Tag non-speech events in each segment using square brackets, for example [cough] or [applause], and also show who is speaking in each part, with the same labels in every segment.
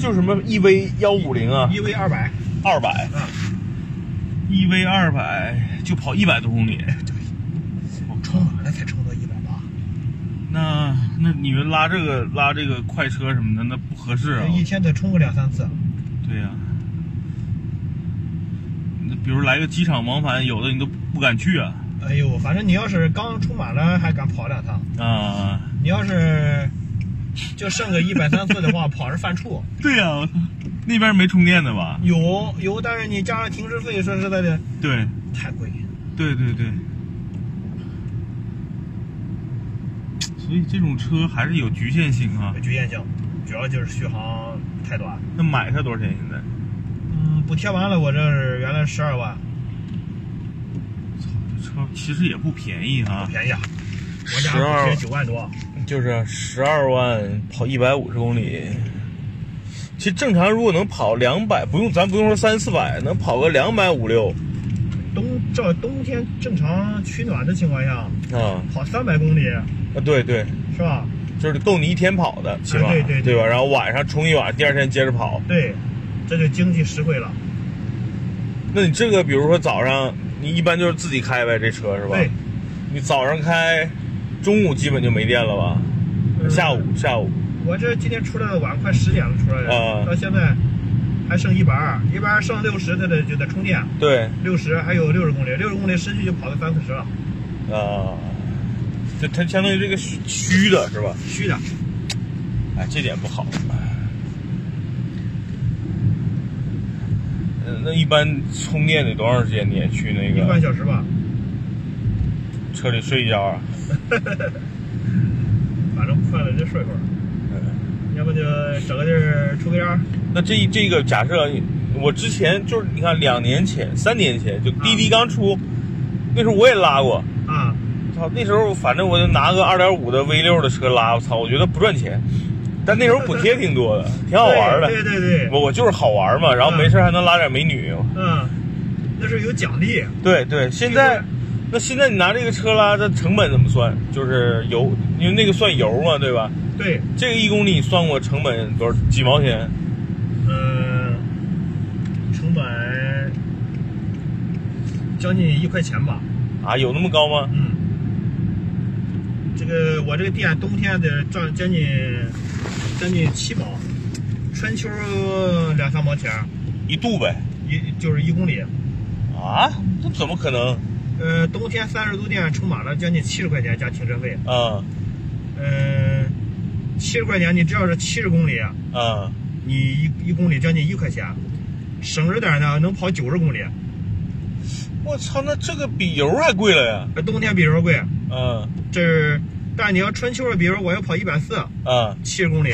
Speaker 1: 就是什么 EV 幺五零啊，
Speaker 2: 一 v 二百，
Speaker 1: 二百
Speaker 2: 嗯，
Speaker 1: ，EV E 二百就跑一百多公里，
Speaker 2: 我充完了才充到一百八，
Speaker 1: 那那你们拉这个拉这个快车什么的，那不合适啊。
Speaker 2: 一天得充个两三次。
Speaker 1: 对呀、那比如来个机场往返，有的你都不敢去啊。
Speaker 2: 哎呦，反正你要是刚充满了，还敢跑两趟；
Speaker 1: 啊，
Speaker 2: 你要是就剩个一百三四的话， [laughs] 跑是犯怵。
Speaker 1: 对呀、我操，那边没充电的吧？
Speaker 2: 有有，但是你加上停车费，说实在的，
Speaker 1: 对，
Speaker 2: 太贵。
Speaker 1: 对对对。所以这种车还是有局限性啊
Speaker 2: 有。局限性，主要就是续航太短。
Speaker 1: 那买它多少钱？现在？
Speaker 2: 嗯，补贴完了，我这是原来十二万，
Speaker 1: 操，这车其实也不便宜
Speaker 2: 不
Speaker 1: 啊。
Speaker 2: 便宜啊。我家
Speaker 1: 12
Speaker 2: 补贴九万多，
Speaker 1: 就是十二万跑一百五十公里，其实正常如果能跑两百，不用咱不用说三四百，能跑个两百五六
Speaker 2: 冬这冬天正常取暖的情况下，
Speaker 1: 啊
Speaker 2: 跑三百公里
Speaker 1: 啊，对对，
Speaker 2: 是吧？
Speaker 1: 就是够你一天跑的，起码、
Speaker 2: 啊对对对
Speaker 1: 吧？然后晚上冲一晚，第二天接着跑。
Speaker 2: 对，这就经济实惠了。
Speaker 1: 那你这个比如说早上，你一般就是自己开呗，这车是吧？
Speaker 2: 对，
Speaker 1: 你早上开，中午基本就没电了吧？
Speaker 2: 嗯
Speaker 1: 下午下午
Speaker 2: 我这今天出来的晚，快十点了出来的，
Speaker 1: 啊
Speaker 2: 到现在还剩一百二，一百二剩六十，它得就得充电，
Speaker 1: 对
Speaker 2: 六十还有六十公里，六十公里市区就跑个三四十了，
Speaker 1: 啊，就它相当于这个虚虚的是吧？
Speaker 2: 虚的。
Speaker 1: 哎，这点不好。嗯，那一般充电得多长时间？你也去那
Speaker 2: 一个
Speaker 1: 个
Speaker 2: 半小时吧，
Speaker 1: 车里睡一觉啊？
Speaker 2: 反正困了就睡会儿，要不就找个地儿抽根烟儿。
Speaker 1: 那这一这个假设，我之前就是你看两年前、三年前，就滴滴刚出，那时候我也拉过。
Speaker 2: 啊，
Speaker 1: 操，那时候反正我就拿个二点五的 V 六的车拉，我操，我觉得不赚钱，但那时候补贴挺多的，挺好玩的。
Speaker 2: 对对对对，
Speaker 1: 我我就是好玩嘛，然后没事还能拉点美女。
Speaker 2: 嗯，那是有奖励，
Speaker 1: 对对，现在那现在你拿这个车拉，它成本怎么算？就是油，因为那个算油嘛，对吧？
Speaker 2: 对，
Speaker 1: 这个一公里算过成本多少？几毛钱？
Speaker 2: 嗯，成本将近一块钱吧，
Speaker 1: 啊，有那么高吗？
Speaker 2: 嗯，这个我这个店啊冬天得赚将近将近七毛，春秋两三毛钱，
Speaker 1: 一度呗。
Speaker 2: 一就是一公里，
Speaker 1: 啊，这怎么可能？
Speaker 2: 呃，冬天三十度电充满了将近七十块钱加停车费，
Speaker 1: 啊
Speaker 2: 嗯、七十块钱你只要是七十公里，
Speaker 1: 啊，
Speaker 2: 你一一公里将近一块钱，省着点呢能跑九十公里，
Speaker 1: 我操，那这个比油还贵了呀！
Speaker 2: 呃冬天比油贵，
Speaker 1: 嗯
Speaker 2: 这是，但是你要春秋，比如我要跑一百四，
Speaker 1: 啊，
Speaker 2: 七十公里，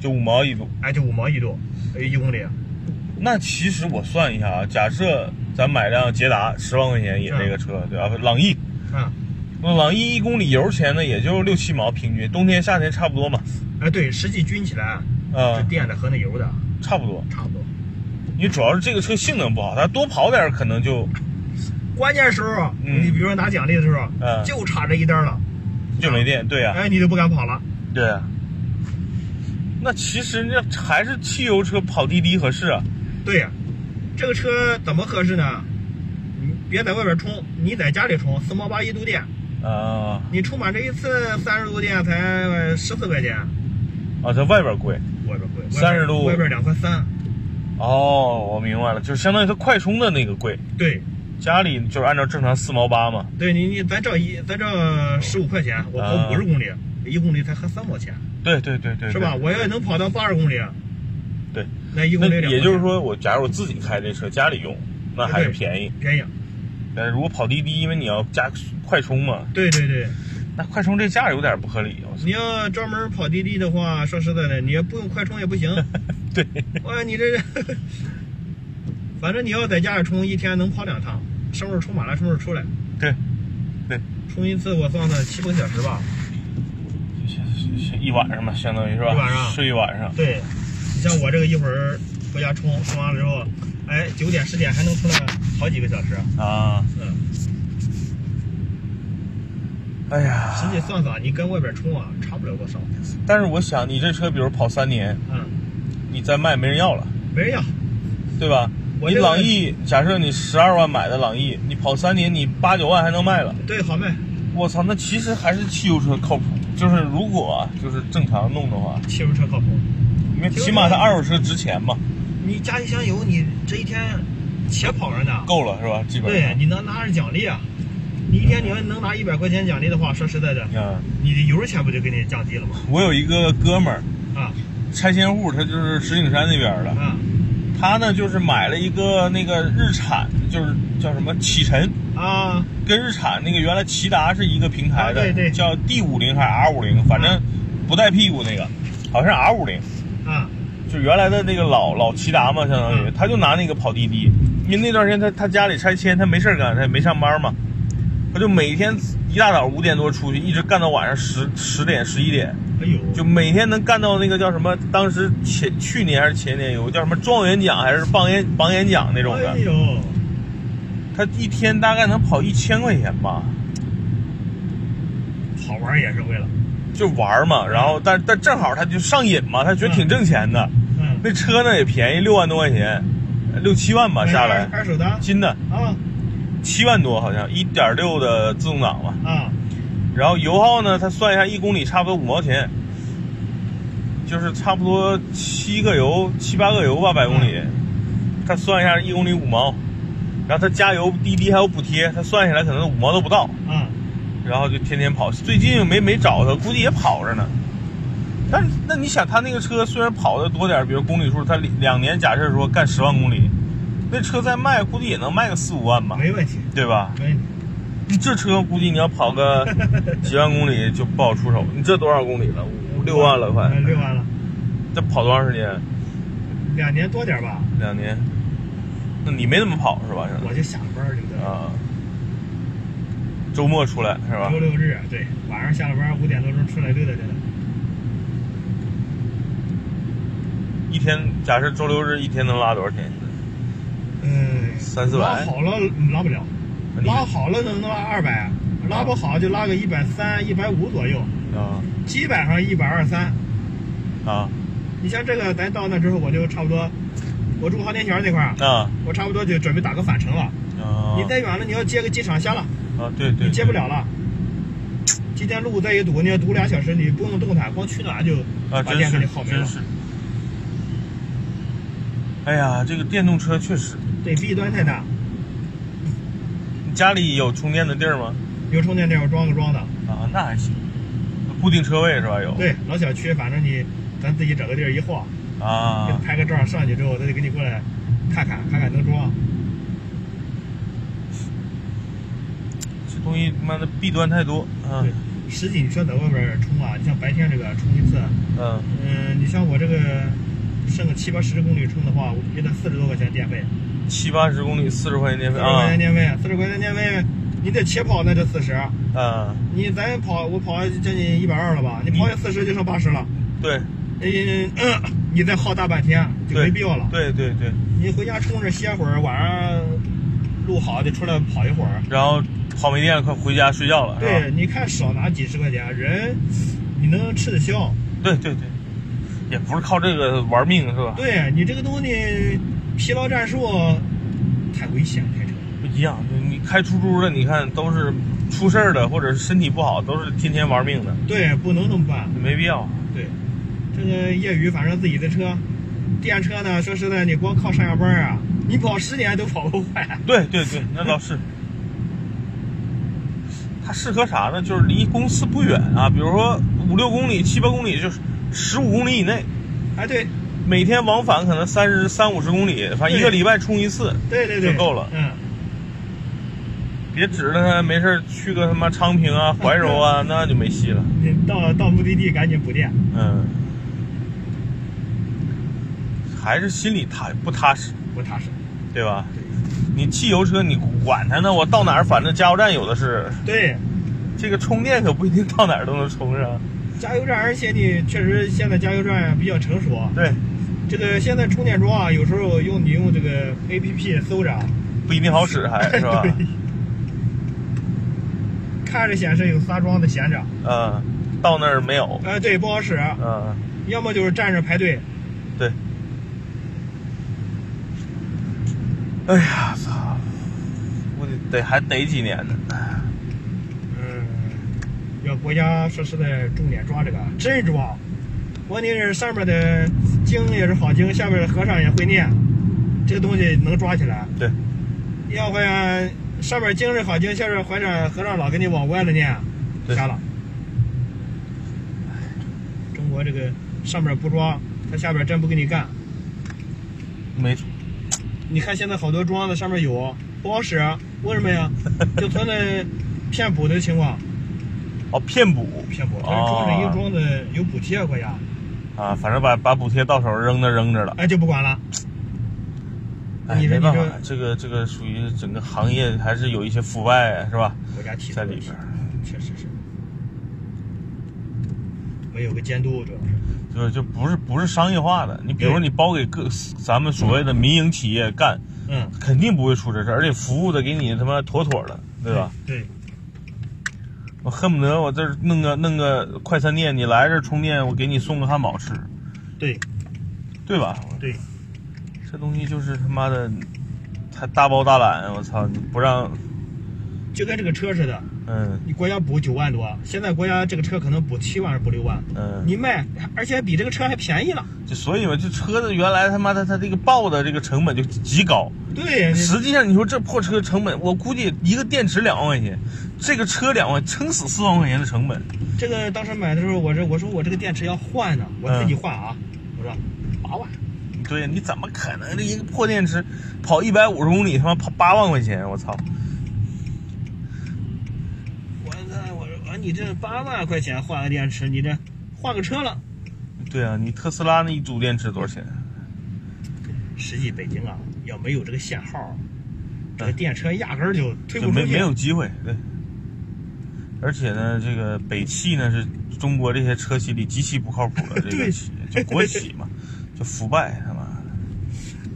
Speaker 1: 就五毛一度。
Speaker 2: 哎，就五毛一度，呃一公里，
Speaker 1: 那其实我算一下啊，假设咱买辆捷达十万块钱也这个车，对吧？朗逸，
Speaker 2: 啊，
Speaker 1: 那朗逸一公里油钱呢，也就六七毛，平均冬天夏天差不多嘛。
Speaker 2: 哎，对，实际均起来，
Speaker 1: 啊、
Speaker 2: 这电的和那油的
Speaker 1: 差不多。
Speaker 2: 差不多。
Speaker 1: 你主要是这个车性能不好，它多跑点儿可能就
Speaker 2: 关键时候，啊
Speaker 1: 嗯
Speaker 2: 你比如说拿奖励的时候，
Speaker 1: 嗯
Speaker 2: 就差这一单了，
Speaker 1: 就没电。对呀、
Speaker 2: 哎，你就不敢跑了。
Speaker 1: 对啊。那其实那还是汽油车跑滴滴合适啊。
Speaker 2: 对呀，这个车怎么合适呢？你别在外边充，你在家里充，四毛八一度电，
Speaker 1: 啊、
Speaker 2: 你充满这一次三十度电才十四块钱，
Speaker 1: 啊，在外边贵。
Speaker 2: 外边贵，
Speaker 1: 30度
Speaker 2: 外边两块三，
Speaker 1: 哦，我明白了，就是相当于它快充的那个贵，
Speaker 2: 对。
Speaker 1: 家里就是按照正常四毛八嘛。
Speaker 2: 对你，你咱这一咱这十五块钱，我
Speaker 1: 啊
Speaker 2: 跑五十公里，一公里才合三毛钱，
Speaker 1: 对对对对，
Speaker 2: 是
Speaker 1: 对
Speaker 2: 吧？？我要能跑到八十公里，啊
Speaker 1: 对，
Speaker 2: 那一公
Speaker 1: 那
Speaker 2: 里两，
Speaker 1: 也就是，说，我假如我自己开这车，家里用，那还是
Speaker 2: 对
Speaker 1: 便宜。
Speaker 2: 便宜。
Speaker 1: 但是如果跑滴滴，因为你要加快充嘛，
Speaker 2: 对对对，
Speaker 1: 那快充这价有点不合理。我操 [laughs]
Speaker 2: 你要专门跑滴滴的话，说实在的，你也不用快充也不 [laughs] 行。
Speaker 1: 对，
Speaker 2: 哇，你这，反正你要在家里充，一天能跑两趟，什么时候充满了什么时候出来。
Speaker 1: 对，对，
Speaker 2: 充一次我算算七八个小时吧。
Speaker 1: 一晚上嘛，相当于是吧？
Speaker 2: 一晚上
Speaker 1: 睡一晚上。
Speaker 2: 对，你像我这个一会儿回家充，充完了之后，哎，九点十点还能充了好几个小时。
Speaker 1: 啊，
Speaker 2: 嗯。
Speaker 1: 哎
Speaker 2: 实
Speaker 1: 呀，
Speaker 2: 际算算，你跟外边充啊，差不了多少。
Speaker 1: 但是我想，你这车比如跑三年，
Speaker 2: 嗯，
Speaker 1: 你再卖没人要了，
Speaker 2: 没人要。
Speaker 1: 对吧？
Speaker 2: 我
Speaker 1: 你
Speaker 2: 这个
Speaker 1: 朗逸，假设你十二万买的朗逸，你跑三年，你八九万还能卖了。
Speaker 2: 对，好卖，
Speaker 1: 我操，那其实还是汽油车靠谱。就是如果啊就是正常弄的话，
Speaker 2: 汽油车靠谱。
Speaker 1: 因为起码它二手车值钱嘛，
Speaker 2: 你加一箱油，你这一天且跑着呢。
Speaker 1: 够了是吧？基本
Speaker 2: 对，
Speaker 1: 上。
Speaker 2: 你能拿着奖励啊。你一天你要能拿一百块钱奖励的话，说实在的，
Speaker 1: 嗯，
Speaker 2: 你的油钱不就给你降低了吗？
Speaker 1: 我有一个哥们儿，
Speaker 2: 啊
Speaker 1: 拆迁户，他就是石景山那边的，
Speaker 2: 啊
Speaker 1: 他呢就是买了一个那个日产，就是叫什么启辰，
Speaker 2: 啊！
Speaker 1: 跟日产那个原来骐达是一个平台的，
Speaker 2: 啊对对
Speaker 1: 叫 D 五零还是 R 五零，反正不带屁股那个，好像是 R 五零，
Speaker 2: 啊，
Speaker 1: 就原来的那个老老骐达嘛，相当于
Speaker 2: 嗯
Speaker 1: 他就拿那个跑滴滴，因为那段时间他他家里拆迁，他没事儿干，他也没上班嘛，他就每天一大早五点多出去，一直干到晚上十十点十一点，
Speaker 2: 哎呦，
Speaker 1: 就每天能干到那个叫什么，当时前去年还是前年有个叫什么状元奖还是榜眼榜眼奖那种的
Speaker 2: 哎，呦，
Speaker 1: 他一天大概能跑一千块钱吧。
Speaker 2: 好玩也是为了，
Speaker 1: 就玩儿嘛，然后但但正好他就上瘾嘛，他觉得挺挣钱的，
Speaker 2: 嗯，
Speaker 1: 那车呢也便宜，六万多块钱，呃六七万吧下来
Speaker 2: 二，二手的
Speaker 1: 新的
Speaker 2: 啊
Speaker 1: 七万多好像，一点六的自动挡吧，
Speaker 2: 啊，
Speaker 1: 然后油耗呢，他算一下一公里差不多五毛钱，就是差不多七个油七八个油吧百公里，他算一下一公里五毛，然后他加油滴滴还有补贴，他算下来可能五毛都不到，
Speaker 2: 啊，
Speaker 1: 然后就天天跑。最近没没找他，估计也跑着呢。但是那你想，他那个车虽然跑的多点儿，比如公里数，他两两年假设说干十万公里，那车再卖估计也能卖个四五万吧，
Speaker 2: 没问题，
Speaker 1: 对吧？
Speaker 2: 没问题。
Speaker 1: 你这车估计你要跑 [laughs] 个几万公里就不好出手。你这多少公里了？五六万了快
Speaker 2: 哎。六万了，
Speaker 1: 这跑多长时间？
Speaker 2: 两年多点吧，
Speaker 1: 两年。那你没怎么跑是吧？现
Speaker 2: 我
Speaker 1: 在
Speaker 2: 就下了班儿就得，
Speaker 1: 啊，周末出来是吧
Speaker 2: 周？六日对，晚上下了班儿五点多钟出来溜达溜达。
Speaker 1: 一天假设周六日一天能拉多少天？
Speaker 2: 嗯，
Speaker 1: 三四百
Speaker 2: 拉好了拉不了，
Speaker 1: 你
Speaker 2: 拉好了能能拉二百，啊拉不好就拉个一百三、一百五左右，
Speaker 1: 啊
Speaker 2: 基本上一百二三。
Speaker 1: 啊
Speaker 2: 你像这个，咱到那之后，我就差不多，我住航天桥那块儿，
Speaker 1: 啊
Speaker 2: 我差不多就准备打个返程了。
Speaker 1: 啊！
Speaker 2: 你再远了，你要接个机场下了，
Speaker 1: 啊，对对，
Speaker 2: 你接不
Speaker 1: 对
Speaker 2: 了了。今天路再一堵，你要堵俩小时，你不用动弹，光取暖就
Speaker 1: 啊，
Speaker 2: 把
Speaker 1: 真
Speaker 2: 电给
Speaker 1: 是
Speaker 2: 你耗没
Speaker 1: 真
Speaker 2: 了。
Speaker 1: 是。哎呀，这个电动车确实，
Speaker 2: 对，弊端太大。
Speaker 1: 你家里有充电的地儿吗？
Speaker 2: 有充电站我装个装的，
Speaker 1: 啊，那还行，固定车位是吧？有。
Speaker 2: 对，老小区，反正你咱自己找个地儿一晃，给
Speaker 1: 啊，
Speaker 2: 拍个照上去之后，他就给你过来看看，看看能装。
Speaker 1: 这东西他妈的弊端太多。
Speaker 2: 对
Speaker 1: 嗯，
Speaker 2: 实际你说在外边儿充啊，你像白天这个充一次，
Speaker 1: 嗯，
Speaker 2: 嗯，你像我这个剩个七八十公里充的话，我觉得四十多块钱电费，
Speaker 1: 七八十公里四十块钱电
Speaker 2: 四
Speaker 1: 费
Speaker 2: 十块
Speaker 1: 啊
Speaker 2: 钱电费，四十块钱电费，你得且跑那就四十，
Speaker 1: 啊，
Speaker 2: 你咱跑我跑将近一百二了吧，你
Speaker 1: 你
Speaker 2: 跑四十就剩八十了，
Speaker 1: 对
Speaker 2: 嗯，咳你 [coughs] 再耗大半天就
Speaker 1: 对，
Speaker 2: 没必要了。
Speaker 1: 对对对，
Speaker 2: 你回家充着歇会儿，晚上路好就出来跑一会儿。
Speaker 1: 然后跑没电了，快回家睡觉了，是吧
Speaker 2: 对，？你看少拿几十块钱，人你能吃得消。
Speaker 1: 对对对，也不是靠这个玩命是吧？
Speaker 2: 对你这个东西，疲劳战术太危险，开车。
Speaker 1: 不一样，你开出租的，你看都是出事儿的，或者是身体不好，都是天天玩命的，
Speaker 2: 对，不能这么办。
Speaker 1: 没必要。
Speaker 2: 对，这个业余反正自己的车，电车呢，说实在，你光靠上下班啊，你跑十年都跑不坏。
Speaker 1: 对对对，那倒是。它适合啥呢？就是离公司不远啊，比如说五六公里、七八公里，就是十五公里以内，
Speaker 2: 哎，对，
Speaker 1: 每天往返可能三十三五十公里，反正一个
Speaker 2: 对
Speaker 1: 礼拜充一次，
Speaker 2: 对对对，
Speaker 1: 就够了
Speaker 2: 嗯，
Speaker 1: 别指着它没事儿去个他妈昌平啊、怀柔啊，那就没戏了。
Speaker 2: 你到到目的地赶紧补电。
Speaker 1: 嗯，还是心里踏不踏实，
Speaker 2: 不踏实。
Speaker 1: 对吧？
Speaker 2: 对
Speaker 1: 你汽油车你管它呢，我到哪儿反正加油站有的是，
Speaker 2: 对。
Speaker 1: 这个充电可不一定到哪儿都能充上。
Speaker 2: 加油站，而且你确实现在加油站比较成熟啊。
Speaker 1: 对，
Speaker 2: 这个现在充电桩啊，有时候用你用这个 A P P 搜着啊，
Speaker 1: 不一定好使还是吧？
Speaker 2: [laughs] 对看着显示有仨桩的闲着，
Speaker 1: 呃嗯，到那儿没有。
Speaker 2: 呃，对，不好使，
Speaker 1: 嗯，
Speaker 2: 要么就是站着排队，
Speaker 1: 对，哎呀，操！估计得还得几年呢。
Speaker 2: 嗯，要国家实施的重点抓这个，真抓。问题是上面的经也是好经，下面的和尚也会念，这个东西能抓起来。
Speaker 1: 对，
Speaker 2: 要不然上面经是好经，下面和尚和尚老给你往歪了念，
Speaker 1: 对
Speaker 2: 瞎了。哎中国这个上面不抓，他下边真不给你干。
Speaker 1: 没错。
Speaker 2: 你看现在好多庄子上面有不好使，啊为什
Speaker 1: [laughs]
Speaker 2: 么呀？就存在骗补的情况，
Speaker 1: 哦，骗补哦
Speaker 2: 骗补。但是庄子一个庄子有补贴，国家
Speaker 1: 啊，反正把把补贴到手扔着扔着了。
Speaker 2: 哎就不管了。
Speaker 1: 哎，
Speaker 2: 你说
Speaker 1: 没
Speaker 2: 你
Speaker 1: 办法这
Speaker 2: 这，
Speaker 1: 个这个属于整个行业还是有一些腐败，是吧？
Speaker 2: 国家提出
Speaker 1: 在
Speaker 2: 的
Speaker 1: 里
Speaker 2: 问题
Speaker 1: 边儿，
Speaker 2: 确实是没有个监督，主要是。
Speaker 1: 就是就不是不是商业化的。你比如说你
Speaker 2: 对
Speaker 1: 包给各咱们所谓的民营企业干，
Speaker 2: 嗯，
Speaker 1: 肯定不会出这事儿，而且服务的给你他妈妥妥的，对吧？？
Speaker 2: 哎对，
Speaker 1: 我恨不得我这儿弄个弄个快餐店，你来这儿充电，我给你送个汉堡吃，
Speaker 2: 对，
Speaker 1: 对吧？
Speaker 2: 对，
Speaker 1: 这东西就是他妈的，还大包大揽，啊我操！你不让，
Speaker 2: 就跟这个车似的，
Speaker 1: 嗯
Speaker 2: 你国家补九万多，现在国家这个车可能补七万，补六万，
Speaker 1: 嗯，
Speaker 2: 你卖，而且比这个车还便宜了。
Speaker 1: 就所以嘛，这车子原来他妈的它这个报的这个成本就极高，
Speaker 2: 对，
Speaker 1: 实际上你说这破车成本，我估计一个电池两万块钱，这个车两万，撑死四万块钱的成本。
Speaker 2: 这个当时买的时候，我这我说我这个电池要换呢，我
Speaker 1: 嗯
Speaker 2: 自己换啊，我说八万，
Speaker 1: 对，你怎么可能这一个破电池跑一百五十公里，他妈跑八万块钱？我操！
Speaker 2: 我那我说啊你这八万块钱换个电池，你这换个车了。
Speaker 1: 对啊，你特斯拉那一组电池多少钱？
Speaker 2: 实际北京啊，要没有这个限号，这个
Speaker 1: 嗯
Speaker 2: 电车压根儿就推
Speaker 1: 就
Speaker 2: 不出
Speaker 1: 没
Speaker 2: 去。
Speaker 1: 没有机会。对，而且呢，这个北汽呢是中国这些车企里极其不靠谱的
Speaker 2: [laughs]
Speaker 1: 这个
Speaker 2: 对
Speaker 1: 企业，就国企嘛，就腐败他妈的。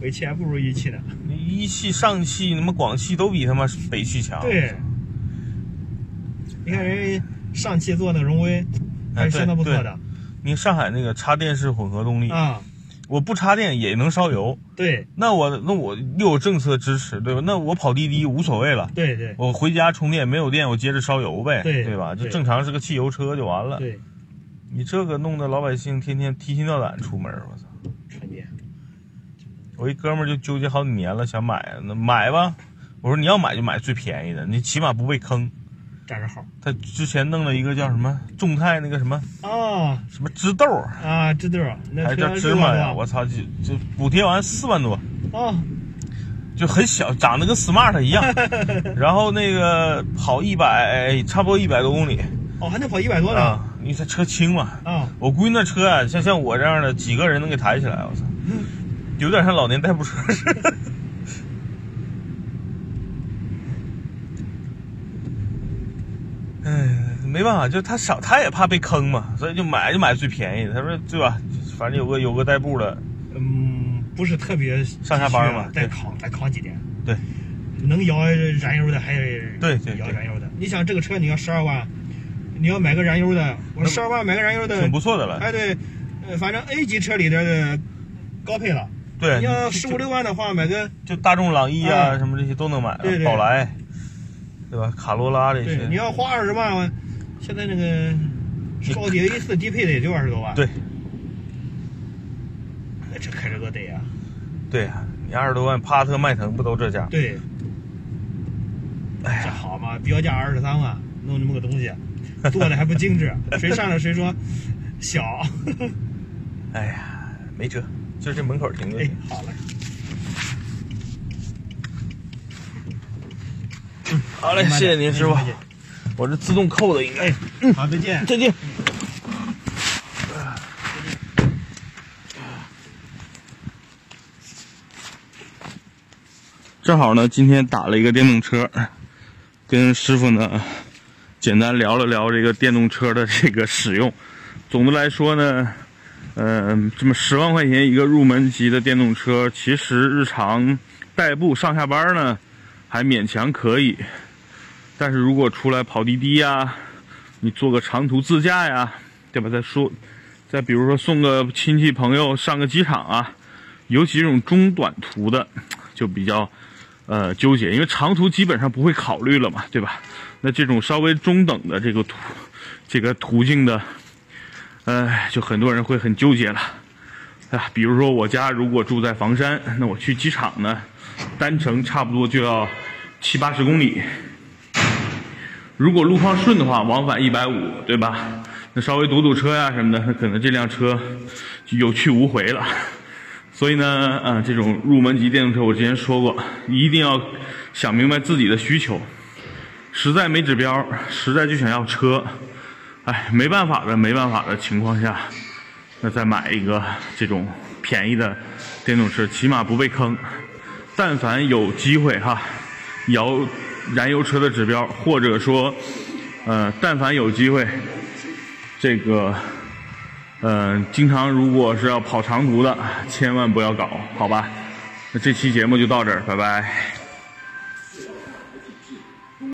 Speaker 2: 尾气还不如一汽呢。
Speaker 1: 那一汽、上汽、他妈广汽都比他妈北汽强。
Speaker 2: 对，你看人家上汽做那个荣威，哎还是相当不错的
Speaker 1: 你看上海那个插电式混合动力，
Speaker 2: 啊。
Speaker 1: 我不插电也能烧油，
Speaker 2: 对
Speaker 1: 那我那我又有政策支持，对吧？那我跑滴滴无所谓了。
Speaker 2: 对对
Speaker 1: 我回家充电没有电，我接着烧油呗，
Speaker 2: 对
Speaker 1: 吧？就
Speaker 2: 对
Speaker 1: 正常是个汽油车就完了。
Speaker 2: 对，
Speaker 1: 你这个弄得老百姓天天提心吊胆出门，我操！
Speaker 2: 纯电。
Speaker 1: 我一哥们儿就纠结好几年了，想买，那买吧。我说你要买就买最便宜的，你起码不被坑。
Speaker 2: 站着号
Speaker 1: 他之前弄了一个叫什么众泰那个什么
Speaker 2: 啊
Speaker 1: 什么知豆儿，
Speaker 2: 啊，这豆儿那
Speaker 1: 还是叫芝麻呀？我操，就就补贴完四万多，
Speaker 2: 啊，
Speaker 1: 就很小，长得跟 smart
Speaker 2: [laughs]
Speaker 1: 一样。然后那个跑一百，差不多一百多公里
Speaker 2: 哦还能跑一百多呢
Speaker 1: 啊，因为它车轻嘛。
Speaker 2: 啊，
Speaker 1: 我估计那车啊，像像我这样的几个人能给抬起来，我操，有点像老年代步车似的。 [laughs] 哎，没办法，就他少，他也怕被坑嘛，所以就买就买最便宜的。他说对吧？反正有个有个代步的，
Speaker 2: 嗯，不是特别
Speaker 1: 上下班嘛
Speaker 2: 急需啊再
Speaker 1: 对
Speaker 2: 扛再扛几年。
Speaker 1: 对
Speaker 2: 能摇燃油的还
Speaker 1: 对对
Speaker 2: 摇
Speaker 1: 对
Speaker 2: 燃油的。你想这个车你要十二万，你要买个燃油的，我
Speaker 1: 那
Speaker 2: 十二万买个燃油的
Speaker 1: 挺，不错的了。
Speaker 2: 哎对，呃反正 A 级车里边的呃高配了。
Speaker 1: 对，
Speaker 2: 你要
Speaker 1: 就
Speaker 2: 十五六万的话，买个
Speaker 1: 就大众朗逸啊，
Speaker 2: 嗯
Speaker 1: 什么这些都能买，
Speaker 2: 对对
Speaker 1: 宝来，对吧？卡罗拉这些
Speaker 2: 对，，你要花二十万，现在那个奥迪 A 四低配的也就二十多万。
Speaker 1: 对，
Speaker 2: 那这开着多得啊。
Speaker 1: 对呀，你二十多万，帕萨特、迈腾不都这价？
Speaker 2: 对，
Speaker 1: 哎
Speaker 2: 这
Speaker 1: 呀，
Speaker 2: 好嘛，标价二十三万，弄这么个东西，做的还不
Speaker 1: [laughs]
Speaker 2: 精致，谁上来谁说小。 [laughs]
Speaker 1: 哎呀，没辙，就这门口停就
Speaker 2: 哎
Speaker 1: 行。，
Speaker 2: 好嘞，
Speaker 1: 好嘞，谢谢您，师傅。 [laughs] 我这自动扣的应该。
Speaker 2: 傅。好，再见。
Speaker 1: 再见。正好呢，今天打了一个电动车，跟师傅呢简单聊了聊这个电动车的这个使用。总的来说呢，呃，这么十万块钱一个入门级的电动车，其实日常代步上下班呢还勉强可以，但是如果出来跑滴滴呀、你做个长途自驾呀，对吧？再说，再比如说送个亲戚朋友上个机场啊，尤其这种中短途的，就比较呃纠结，因为长途基本上不会考虑了嘛，对吧？那这种稍微中等的这个途这个途径的，呃，就很多人会很纠结了。啊，比如说我家如果住在房山，那我去机场呢，单程差不多就要七八十公里。如果路况顺的话，往返一百五，对吧？那稍微堵堵车呀、什么的，那可能这辆车就有去无回了。所以呢，啊，这种入门级电动车，我之前说过，一定要想明白自己的需求。实在没指标，实在就想要车，哎，没办法的，没办法的情况下，那再买一个这种便宜的电动车，起码不被坑。但凡有机会哈，摇燃油车的指标，或者说，呃，但凡有机会，这个，呃，经常如果是要跑长途的，千万不要搞，好吧？那这期节目就到这儿，拜拜。